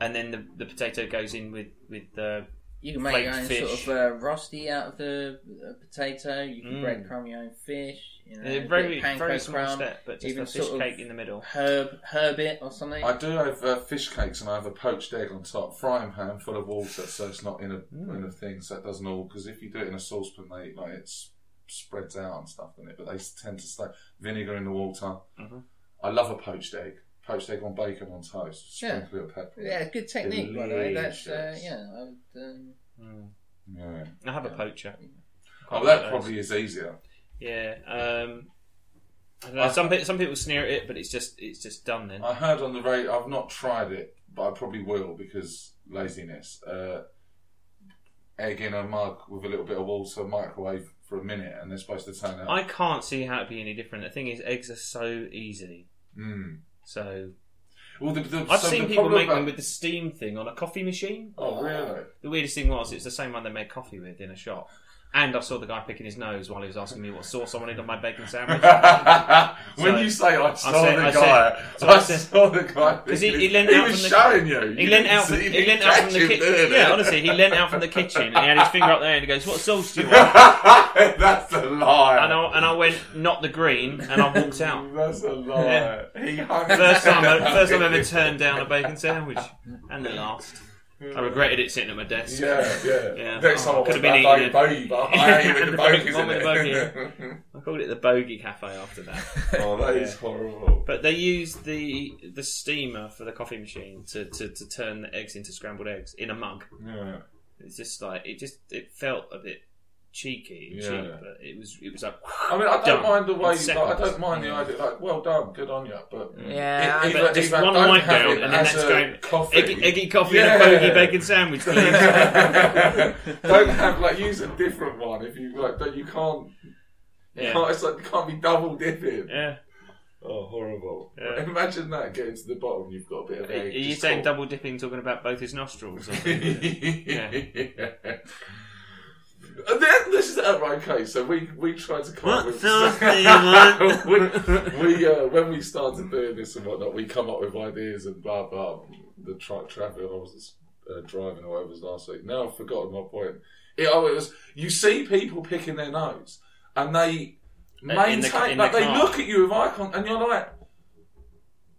A: and then the, the potato goes in with with the
C: You can make your own
A: flaked fish.
C: sort of uh, rosti out of the uh, potato. You can
A: Mm.
C: breadcrumb your own fish. You know, a bit
A: a
C: of
A: very very
C: panko
A: small
C: crumb,
A: step, but just
C: even
A: a fish
C: sort of
A: cake in the middle.
C: herb herb it or something.
B: I do have uh, fish cakes and I have a poached egg on top, frying pan full of water, so it's not in a in a thing, so it doesn't all. Because if you do it in a saucepan, they like it s- spreads out and stuff in it, but they s- tend to stay vinegar in the water.
A: Mhm.
B: I love a poached egg, poached egg on bacon on toast,
C: Yeah.
B: sprinkle it with pepper.
C: yeah, good technique by the way. That's uh,
B: Delicious.
C: yeah. I would, um,
A: Mm.
B: yeah.
A: I have a poacher. Quite like
B: Oh, Hmm. that
A: those.
B: probably is easier.
A: Yeah. Um, I don't know, some pe- some people sneer at it, but it's just it's just done then.
B: I heard on the radio. I've not tried it, but I probably will because laziness. Uh, egg in a mug with a little bit of water, microwave for a minute, and they're supposed to turn out.
A: I can't see how it'd be any different. The thing is, eggs are so easy.
B: Mm.
A: So
B: Well, the, the,
A: I've
B: so
A: seen
B: the
A: people
B: problem
A: make
B: about-
A: them with the steam thing on a coffee machine.
B: Oh, really?
A: The weirdest thing was it's the same one they made coffee with in a shop. And I saw the guy picking his nose while he was asking me what sauce I wanted on my bacon sandwich.
B: when
A: So,
B: you say I saw
A: said-
B: the
A: I
B: guy,
A: said- so
B: I,
A: I said-
B: saw the guy
A: 'Cause he- he
B: because
A: leant out
B: was
A: from the-
B: showing you.
A: He leant
B: You didn't
A: out.
B: see-
A: From, he
B: you didn't
A: leant out
B: catch
A: from the
B: him
A: kitchen.
B: doing
A: Yeah,
B: it.
A: honestly, he leant out from the kitchen and he had his finger up there and he goes, "What sauce do you want?"
B: That's a lie.
A: And I, and I went, "Not the green," and I walked out.
B: That's a lie. He hung
A: First time, I,
B: out.
A: first time I ever turned down a bacon sandwich, and the last. I regretted it sitting at my desk.
B: Yeah, yeah.
A: Yeah.
B: Next time I
A: Could
B: went
A: have been
B: back, I
A: eaten.
B: bogey, but I ain't with the bogeys
A: One
B: in
A: with the
B: it.
A: I called it the Bogey Cafe after that.
B: Oh, that is horrible.
A: But they use the the steamer for the coffee machine to, to, to turn the eggs into scrambled eggs in a mug.
B: Yeah.
A: It's just like it just it felt a bit cheeky and
B: Yeah.
A: cheap, but it was it was like
B: I mean, I don't
A: Done.
B: mind the way.
A: In
B: Like, I
A: seconds.
B: don't mind the idea. Like, well done, good on you. But
C: Yeah,
B: E-
A: but
B: either-
A: just
B: either
A: one
B: don't
A: wipe
B: have
A: down
B: it
A: and then
B: as
A: that's
B: a
A: going
B: coffee.
A: eggy, eggy coffee and
B: Yeah.
A: a bogey bacon sandwich, please.
B: don't have like use a different one if you like. Don't you can't. you
A: Yeah.
B: can't it's like you can't be double dipping.
A: yeah.
B: Oh, horrible!
A: Yeah.
B: Imagine that getting to the bottom. You've got a bit of
A: Are
B: egg.
A: you
B: just
A: saying
B: caught.
A: double dipping, talking about both his nostrils? Or
B: yeah. And then this is uh, right, okay. So we we tried to come up
A: What
B: with
A: sauce do you want?
B: we, we uh, when we started doing this and whatnot, we come up with ideas and blah blah. The truck traffic. I was uh, driving or whatever it was last week. Now I've forgotten my point. It, oh, it was you see people picking their nose and they
A: ca-
B: maintain
A: in
B: like
A: the
B: they
A: car.
B: look at you with eye contact and you're like.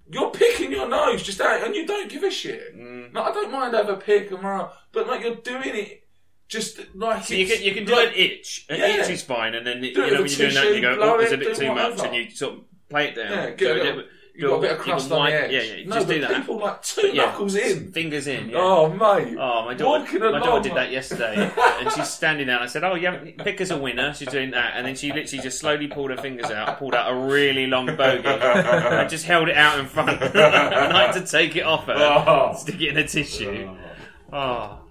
B: You're picking your nose just out, and you don't give a shit.
A: Mm.
B: No, I don't mind have a pick and run, but like you're doing it just like
A: So you
B: it's-
A: can you can do
B: like,
A: an itch. An
B: Yeah.
A: itch is fine, and then
B: Do it
A: you know when
B: with
A: you're
B: a
A: doing that, you go,
B: tissue, blow
A: oh, there's
B: it,
A: a bit
B: do
A: too much,
B: whatever.
A: and you sort of play it down.
B: Yeah, get
A: Do
B: a
A: it-
B: little-
A: do
B: You've got a bit of
A: you
B: crust
A: can
B: on the
A: wipe-
B: edge.
A: Yeah, yeah,
B: no,
A: just
B: but
A: do that.
B: people like two
A: Yeah.
B: knuckles in.
A: Fingers in. Yeah.
B: Oh mate.
A: Oh, my daughter,
B: Walking
A: my
B: along,
A: daughter did that
B: like-
A: yesterday, and she's standing there. I said, "Oh, you haven't pick as a winner." She's doing that, and then she literally just slowly pulled her fingers out, pulled out a really long bogey, and just held it out in front. I had to take it off her,
B: Oh.
A: stick it in a tissue. Oh,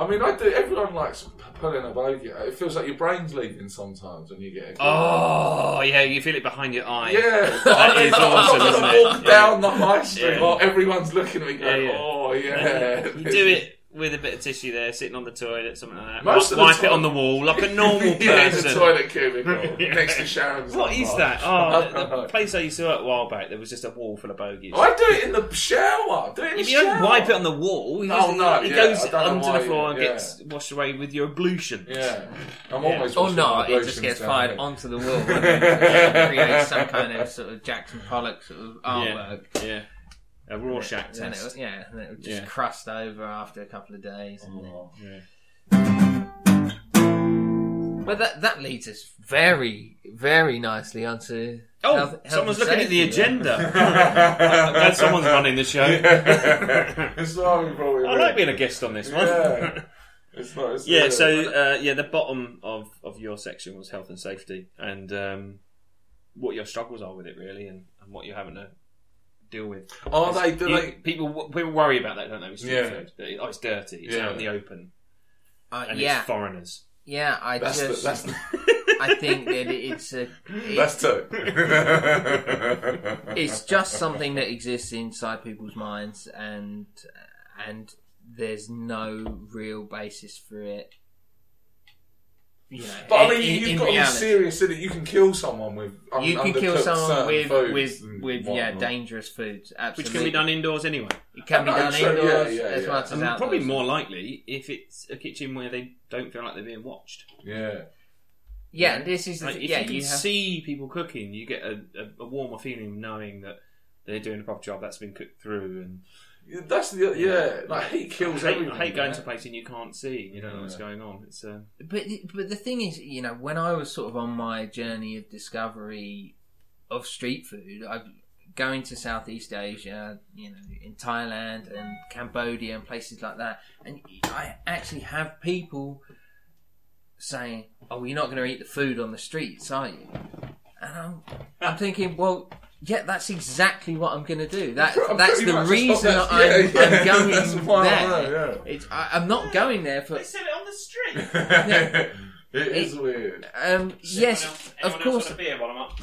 B: I mean, I do. Everyone likes p- pulling a bogey. It feels like your brain's leaving sometimes when you get. A
A: oh, yeah, you feel it behind your eye.
B: Yeah,
A: That is
B: I'm
A: awesome,
B: not
A: isn't
B: gonna
A: it?
B: walk
A: Yeah.
B: down the high street
A: Yeah.
B: while everyone's looking at me going,
A: Yeah, yeah.
B: "Oh yeah."
A: You do it with a bit of tissue there, sitting on the toilet, something like that.
B: Most of the
A: wipe it
B: time-
A: on the wall like a normal person.
B: yeah, in the toilet cubicle
A: Yeah.
B: next to Sharon's.
A: What
B: like,
A: is
B: "Oh,
A: that? Oh,
B: I
A: the,
B: don't
A: the
B: know.
A: place I used to work a while back, there was just a wall full of bogeys.
B: Oh, I do it in the shower. Do it in
A: If
B: the
A: you
B: shower.
A: don't wipe it on the wall, it,
B: Oh,
A: just-
B: no,
A: it
B: yeah,
A: goes
B: I don't know
A: onto
B: why
A: the floor and
B: you- yeah.
A: gets washed away with your ablutions.
B: Yeah, I'm
A: Yeah.
B: always.
C: Or
B: washing my
C: not, Oh, it just
B: ablutions
C: gets
B: down
C: fired
B: there.
C: onto the wall and then creates some kind of sort of Jackson Pollock sort of artwork.
A: yeah. A Rorschach
C: And it,
A: test.
C: yeah, and it would just
A: Yeah.
C: crust over after a couple of days. and-
B: Oh.
C: But that that leads us very, very nicely onto.
A: Oh,
C: health- health
A: someone's
C: and
A: looking at the
C: safety, yeah.
A: agenda. I'm glad someone's running the show.
B: it's not even probably.
A: I like being a guest on this one.
B: Yeah. It's not. It's
A: Yeah, so uh, yeah, the bottom of, of your section was health and safety, and um, what your struggles are with it really, and, and what you're having to deal with.
B: are they? Oh, Do
A: You-
B: they?
A: people people worry about that, don't they? With street
B: Yeah.
A: food, That it- oh, it's dirty, it's
B: Yeah.
A: out in the open,
C: Uh,
A: and
C: yeah,
A: it's foreigners.
C: yeah. I
B: That's the,
C: just,
B: that's the,
C: I think that it- it's a, it-
B: that's two.
C: it's just something that exists inside people's minds, and and there's no real basis for it. You know,
B: But I
C: in-
B: mean,
C: in-
B: you've
C: in
B: got to be
C: reality.
B: serious in it. You can kill someone with. Un-
C: You can kill
B: undercooked
C: someone
B: certain
C: with
B: foods
C: with
B: and
C: with yeah
B: whatnot.
C: dangerous foods.
A: Which
C: Absolutely,
A: can be done indoors anyway.
C: It can be
B: No,
C: done
B: true, yeah,
C: indoors
B: yeah,
C: as
B: yeah.
C: much as
A: And
C: outdoors.
A: probably more likely if it's a kitchen where they don't feel like they're being watched.
B: Yeah.
C: Yeah, and this is the
A: Like,
C: thi-
A: if
C: yeah.
A: you can
C: You have
A: see people cooking, you get a, a, a warmer feeling knowing that they're doing a proper job that's been cooked through and
B: Yeah, That's the yeah. Like heat
A: I
B: kills
A: hate,
B: everything.
A: hate going
B: yeah.
A: to a place and you can't see. You don't know what's
B: Yeah.
A: going on. It's uh,
C: But but the thing is, you know, when I was sort of on my journey of discovery of street food, I going to Southeast Asia, you know, in Thailand and Cambodia and places like that, and I actually have people saying, "Oh, you're not going to eat the food on the streets, are you?" And I'm, I'm thinking, well. Yeah, that's exactly what I'm going to do. That,
B: Pretty
C: that's the
B: much,
C: reason
B: that's-
C: I'm,
B: yeah, yeah,
C: I'm going
B: that's why I'm
C: there.
B: there, yeah.
C: It's, I, I'm not going there for
A: sell it on the street.
B: it is weird.
C: Um, yes, of course.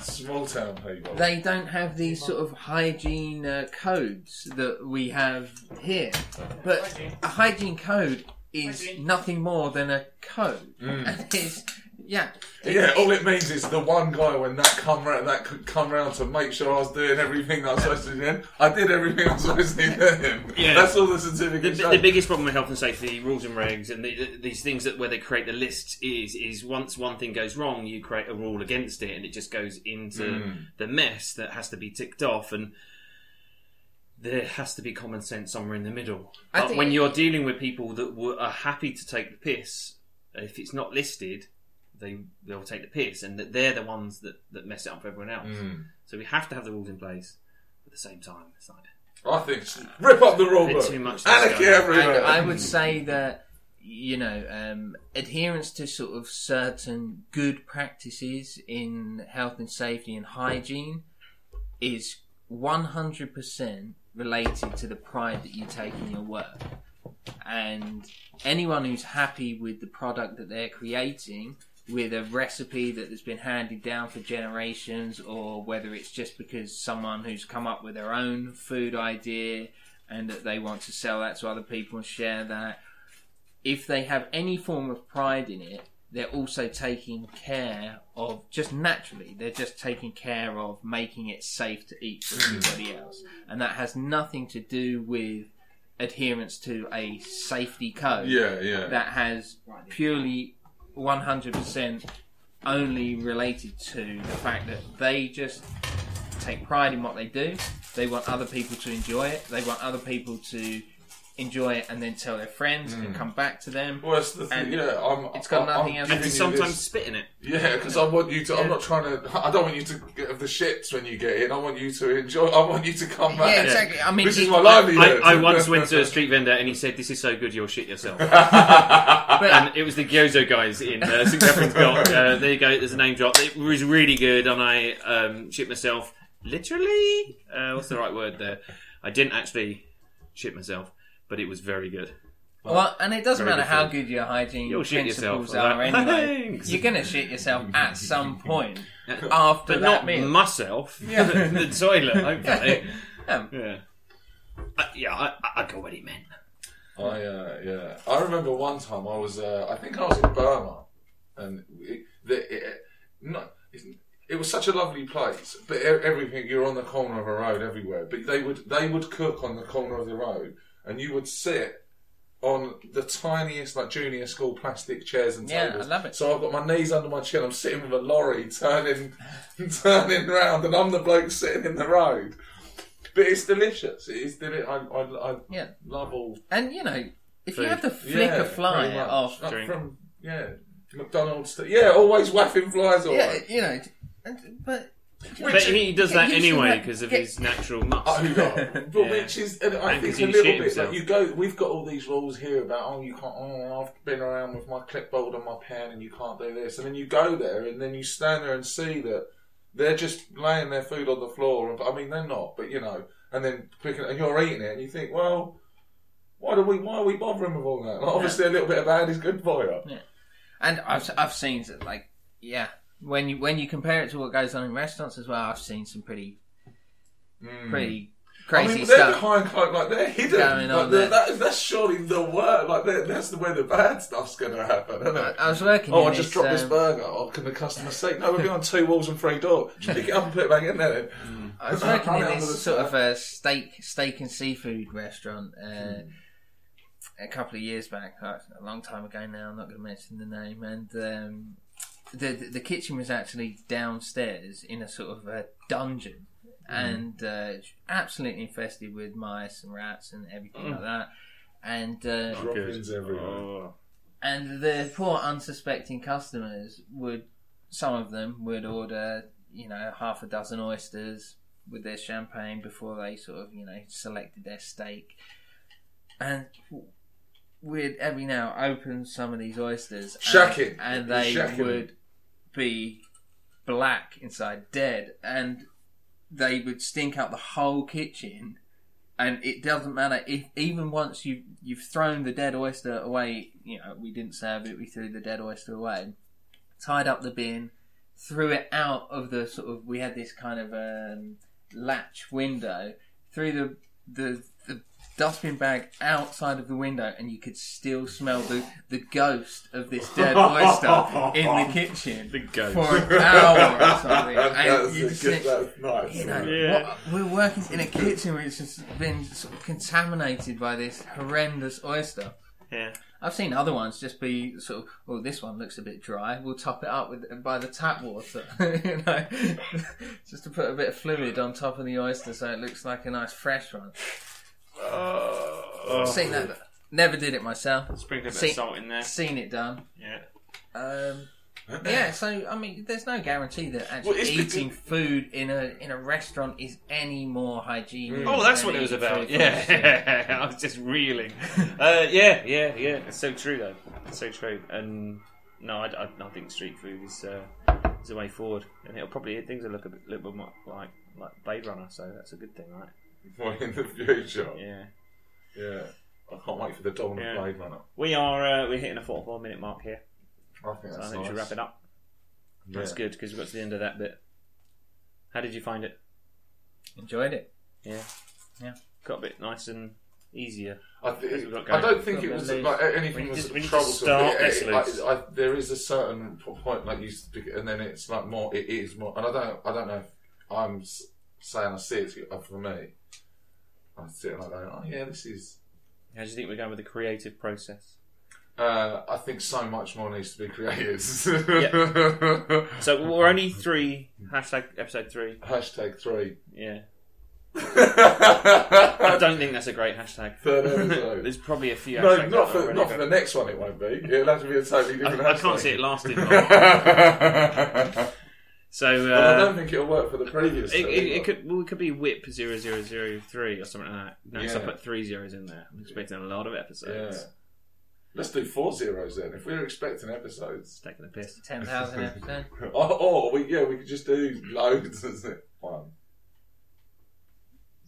B: Small town people.
C: They don't have these sort of hygiene uh, codes that we have here. But a hygiene code is
A: Hygiene.
C: nothing more than a code. And it's, yeah.
B: yeah, all it means is the one guy when that come round, that could come round to make sure I was doing everything that I was supposed to be doing. I did everything I was supposed to be doing.
A: Yeah.
B: That's all the
A: The,
B: certificate
A: the,
B: shows.
A: the biggest problem with health and safety rules and regs and the, the, these things that where they create the lists is is once one thing goes wrong, you create a rule against it, and it just goes into
C: Mm.
A: the mess that has to be ticked off, and there has to be common sense somewhere in the middle.
C: I
A: But
C: think-
A: when you're dealing with people that w- are happy to take the piss, if it's not listed, they they'll take the piss, and that they're the ones that, that mess it up for everyone else.
C: Mm.
B: Mm.
A: So we have to have the rules in place. At the same time, it's like
B: I think s- rip up the rule
A: Bit
B: book.
A: too much
B: Anarchy
A: discussion.
B: everywhere.
C: I, I would say that, you know, um, adherence to sort of certain good practices in health and safety and hygiene is 100% related to the pride that you take in your work. And anyone who's happy with the product that they're creating with a recipe that has been handed down for generations, or whether it's just because someone who's come up with their own food idea and that they want to sell that to other people and share that. If they have any form of pride in it, they're also taking care of just naturally, they're just taking care of making it safe to eat for everybody else. And that has nothing to do with adherence to a safety code
B: Yeah, yeah.
C: that has purely 100% only related to the fact that they just take pride in what they do. They want other people to enjoy it. They want other people to enjoy it and then tell their friends
A: Hmm.
C: and come back to them.
B: well, that's the thing.
C: and
B: Yeah, I'm.
C: it's got
B: I- I'm
C: nothing else to
B: giving
C: do.
A: and
B: you
A: sometimes
B: this-
A: spit in it.
B: Yeah, because I want you to. I'm not trying to. I don't want you to get the shits when you get in. I want you to enjoy. I want you to come back.
C: Yeah, exactly. I mean,
B: this is
C: it-
B: my
A: I,
B: livelihood.
A: I once went to a street vendor and he said, "This is so good, you'll shit yourself."
C: But
A: and it was the Gyozo guys in uh, St. Catherine's Dock. Uh, there you go. There's a name drop. It was really good, and I um, shit myself. Literally, uh, what's the right word there? I didn't actually shit myself, but it was very good.
C: well, and it doesn't
A: Very
C: matter
A: good
C: how
A: food.
C: good your hygiene
A: You'll shit
C: principles
A: yourself.
C: are anyway.
A: Thanks.
C: You're gonna shit yourself at some point after
A: But
C: that
A: not
C: meal.
A: myself.
C: Yeah.
A: the toilet. Hopefully.
C: Um,
A: yeah. Uh, yeah, I, I I got what he meant.
B: I uh, yeah. I remember one time I was. Uh, I think I was in Burma, and it, the, it, no, it was such a lovely place. But e- everything you're on the corner of a road everywhere. But they would they would cook on the corner of the road, and you would sit on the tiniest like junior school plastic chairs and
C: Yeah, I
B: tables.
C: love it.
B: So I've got my knees under my chin. I'm sitting with a lorry turning turning round, and I'm the bloke sitting in the road. But it's delicious. It's deli- I, I, I
C: Yeah.
B: love all
C: and you know, if
A: Food.
C: you have to flick a fly
B: pretty much.
C: off
B: Like
A: Drink.
B: from yeah McDonald's. To, yeah, always whacking flies away.
C: Yeah, you know, and, but
A: But he does that
C: you should
A: anyway
C: have-
A: because of
C: yeah.
A: his natural muscle.
B: Oh, yeah. but
A: Yeah.
B: which is, and I
A: And
B: think it's
A: he
B: a little
A: shit
B: bit
A: himself.
B: like you go. We've got all these rules here about oh you can't. Oh, I've been around with my clipboard and my pen, and you can't do this. And then you go there, and then you stand there and see that they're just laying their food on the floor. And I mean, they're not, but you know. And then picking, and you're eating it, and you think, well, why do we? Why are we bothering with all that? Like, obviously, a little bit of bad is good for you.
C: And I've I've seen that like yeah when you when you compare it to what goes on in restaurants as well, I've seen some pretty pretty
A: Hmm.
C: crazy
B: I mean, they're
C: stuff.
B: behind cloak, like they're hidden.
C: Going
B: like,
C: on
B: they're-
C: there.
B: that, that's surely the word. Like they're- that's the way the bad stuff's going to happen, isn't
C: I,
B: it?
C: I was working.
B: Oh, I
C: in
B: just
C: this,
B: dropped this
C: um,
B: burger. Oh, can the customer see? No, we're behind two walls and three doors. Just pick it up and put it back in there. Then.
C: I was working in this sort of a steak steak and seafood restaurant uh, a couple of years back, uh, a long time ago now. I'm not going to mention the name. And um, the the kitchen was actually downstairs in a sort of a dungeon, and uh, absolutely infested with mice and rats and everything like that. And uh,
B: Droppings everywhere.
A: Oh.
C: and the poor unsuspecting customers would some of them would order you know half a dozen oysters with their champagne before they sort of you know selected their steak and we'd every now open some of these oysters and-
B: Shocking.
C: and, they
B: Shocking.
C: would be black inside dead and they would stink up the whole kitchen and it doesn't matter if even once you you've thrown the dead oyster away. You know, we didn't serve it; we threw the dead oyster away, tied up the bin, threw it out of the sort of. We had this kind of um, latch window, threw the the. the Dustbin bag outside of the window, and you could still smell the, the ghost of this dead oyster in the kitchen
A: The ghost.
C: for an hour or something.
B: that's,
C: And
B: a
C: you
B: good,
C: just think,
B: that's nice.
C: you know,
A: Yeah.
C: what, we're working in a kitchen which has been sort of contaminated by this horrendous oyster.
A: Yeah.
C: I've seen other ones just be sort of, well, this one looks a bit dry. We'll top it up with by the tap water, you know, just to put a bit of fluid on top of the oyster so it looks like a nice fresh one.
A: Oh.
C: Seen that? but Never did it myself.
A: Sprinkle a bit
C: See-
A: of salt in there.
C: Seen it done.
A: Yeah.
C: Um, yeah, so I mean, there's no guarantee that actually
B: Well, it's because-
C: eating food in a in a restaurant is any more hygienic.
A: Oh, that's what it was about. Yeah, I was just reeling. Uh, yeah, yeah, yeah. It's so true, though. It's so true. And no, I, I, I think street food is uh, is the way forward, and it'll probably things will look a bit, little bit more like like Blade Runner. So that's a good thing, right?
B: Well, in the future. Yeah.
A: Yeah.
B: I can't wait for the dawn
A: Yeah.
B: of Blade Runner.
A: We are uh, we're hitting a forty-four minute mark here.
B: I think
A: So I think
B: that's
A: we
B: nice.
A: should wrap it up. That's good because we got to the end of that bit. How did you find it?
C: Enjoyed it.
A: Yeah,
C: Yeah.
A: Got a bit nice and easier.
B: I, thi-
A: As we've got
B: I
A: going.
B: don't think it was
C: Loose.
B: like
A: We need
B: anything
A: to-
B: was
A: we need to
B: troublesome.
A: start
B: It- it-
A: this loose.
B: I, I, there is a certain point, like you, speak- and then it's like more. It is more, and I don't. I don't know. If I'm s- saying I see it to- uh, for me. I see it and I go, oh yeah, this is.
A: How do you think we're going with the creative process?
B: Uh, I think so much more needs to be created.
A: So we're only three hashtag episode three.
B: Hashtag three.
A: Yeah, I
B: I
A: don't think that's a great hashtag.
B: Third episode.
A: There's probably a few.
B: No,
A: hashtags
B: not
A: that are
B: for,
A: already
B: not for
A: going.
B: the next one. It won't be. It'll have to be a totally different.
A: I, I can't see it lasting long.
B: it.
A: So
B: Well, I
A: uh,
B: don't think it'll work for the previous.
A: it,
B: two,
A: it, it
B: but-
A: could well, it could be whip 0003 or something like that. No, 'cause I
B: Yeah.
A: put three zeros in there. I'm expecting a lot of
B: Yeah.
A: episodes.
B: Let's do four zeros then. If we were expecting episodes,
A: It's taking a piss.
C: Ten thousand episode.
B: or, or we yeah we could just do loads. Isn't it? One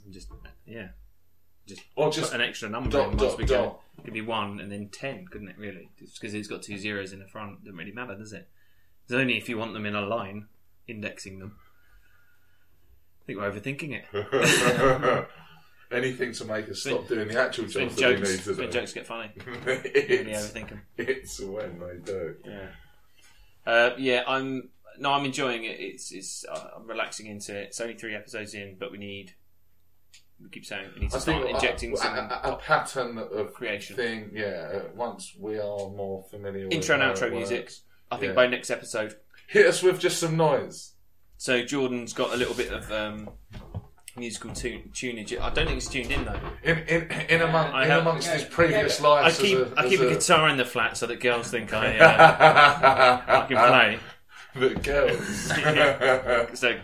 A: I'm just yeah, just
B: or
A: put
B: just
A: an extra number
B: dot,
A: in once
B: dot,
A: we go.
B: dot.
A: Could be one and then ten, couldn't it? Really, because it's got two zeros in the front. Doesn't really matter, does it? It's only if you want them in a line, indexing them. I think we're overthinking it.
B: anything to make us stop
A: When-
B: doing the actual
A: When
B: jobs that we need
A: jokes,
B: to
A: when
B: do.
A: jokes get funny, when you
B: it's,
A: overthink them.
B: it's when they do.
A: Yeah. Uh, yeah, I'm no, I'm enjoying it. It's it's uh, I'm relaxing into it. It's only three episodes in, but we need we keep saying we need to
B: I
A: start
B: think
A: injecting
B: a,
A: some
B: a, a, a pattern of
A: creation.
B: thing. Yeah, uh, once we are more familiar. with
A: intro and
B: how it
A: outro music.
B: works.
A: I think
B: uh, Yeah.
A: by next episode.
B: Hit us with just some noise.
A: So Jordan's got a little bit of um, musical tune tunage. I don't think it's tuned in though.
B: In in in, among,
A: I
B: in
A: have-
B: amongst
C: yeah,
B: his previous
C: yeah.
A: I
B: lives,
A: keep
B: as a,
A: I keep a,
B: as
A: guitar in the flat so that girls think I, uh, I can play.
B: The girls.
A: So
C: Or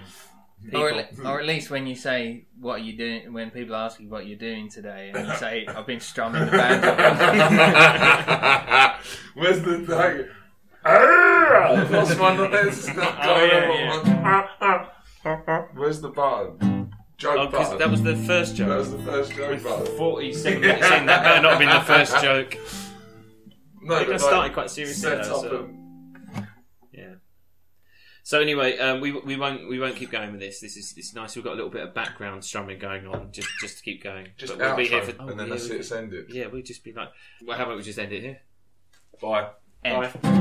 A: people,
C: at, le- or at least when you say what are you doing, when people ask you what you're doing today, and you say I've been strumming the banjo.
B: Where's the thing? Ah, I've lost my noise.
A: Oh, yeah,
B: Ah! Where's the button? Joke
A: oh, 'cause
B: button.
A: that was the first
B: That
A: joke.
B: was the first joke button.
A: Forty-seven minutes in. That better not have been the first joke.
B: No,
A: I think I
B: but like,
A: started quite seriously
B: Set
A: though,
B: up
A: so-
B: and
A: Yeah. So anyway, um, we we won't we won't keep going with this. This is it's nice. We've got a little bit of background strumming going on just just to keep going.
B: just
A: But we'll
B: outro,
A: be here for, Oh,
B: and then
A: yeah,
B: that's
A: we-
B: it. It's ended.
A: Yeah, we'll just be like, well, how about we just end it here?
B: Bye.
C: And-
A: Bye.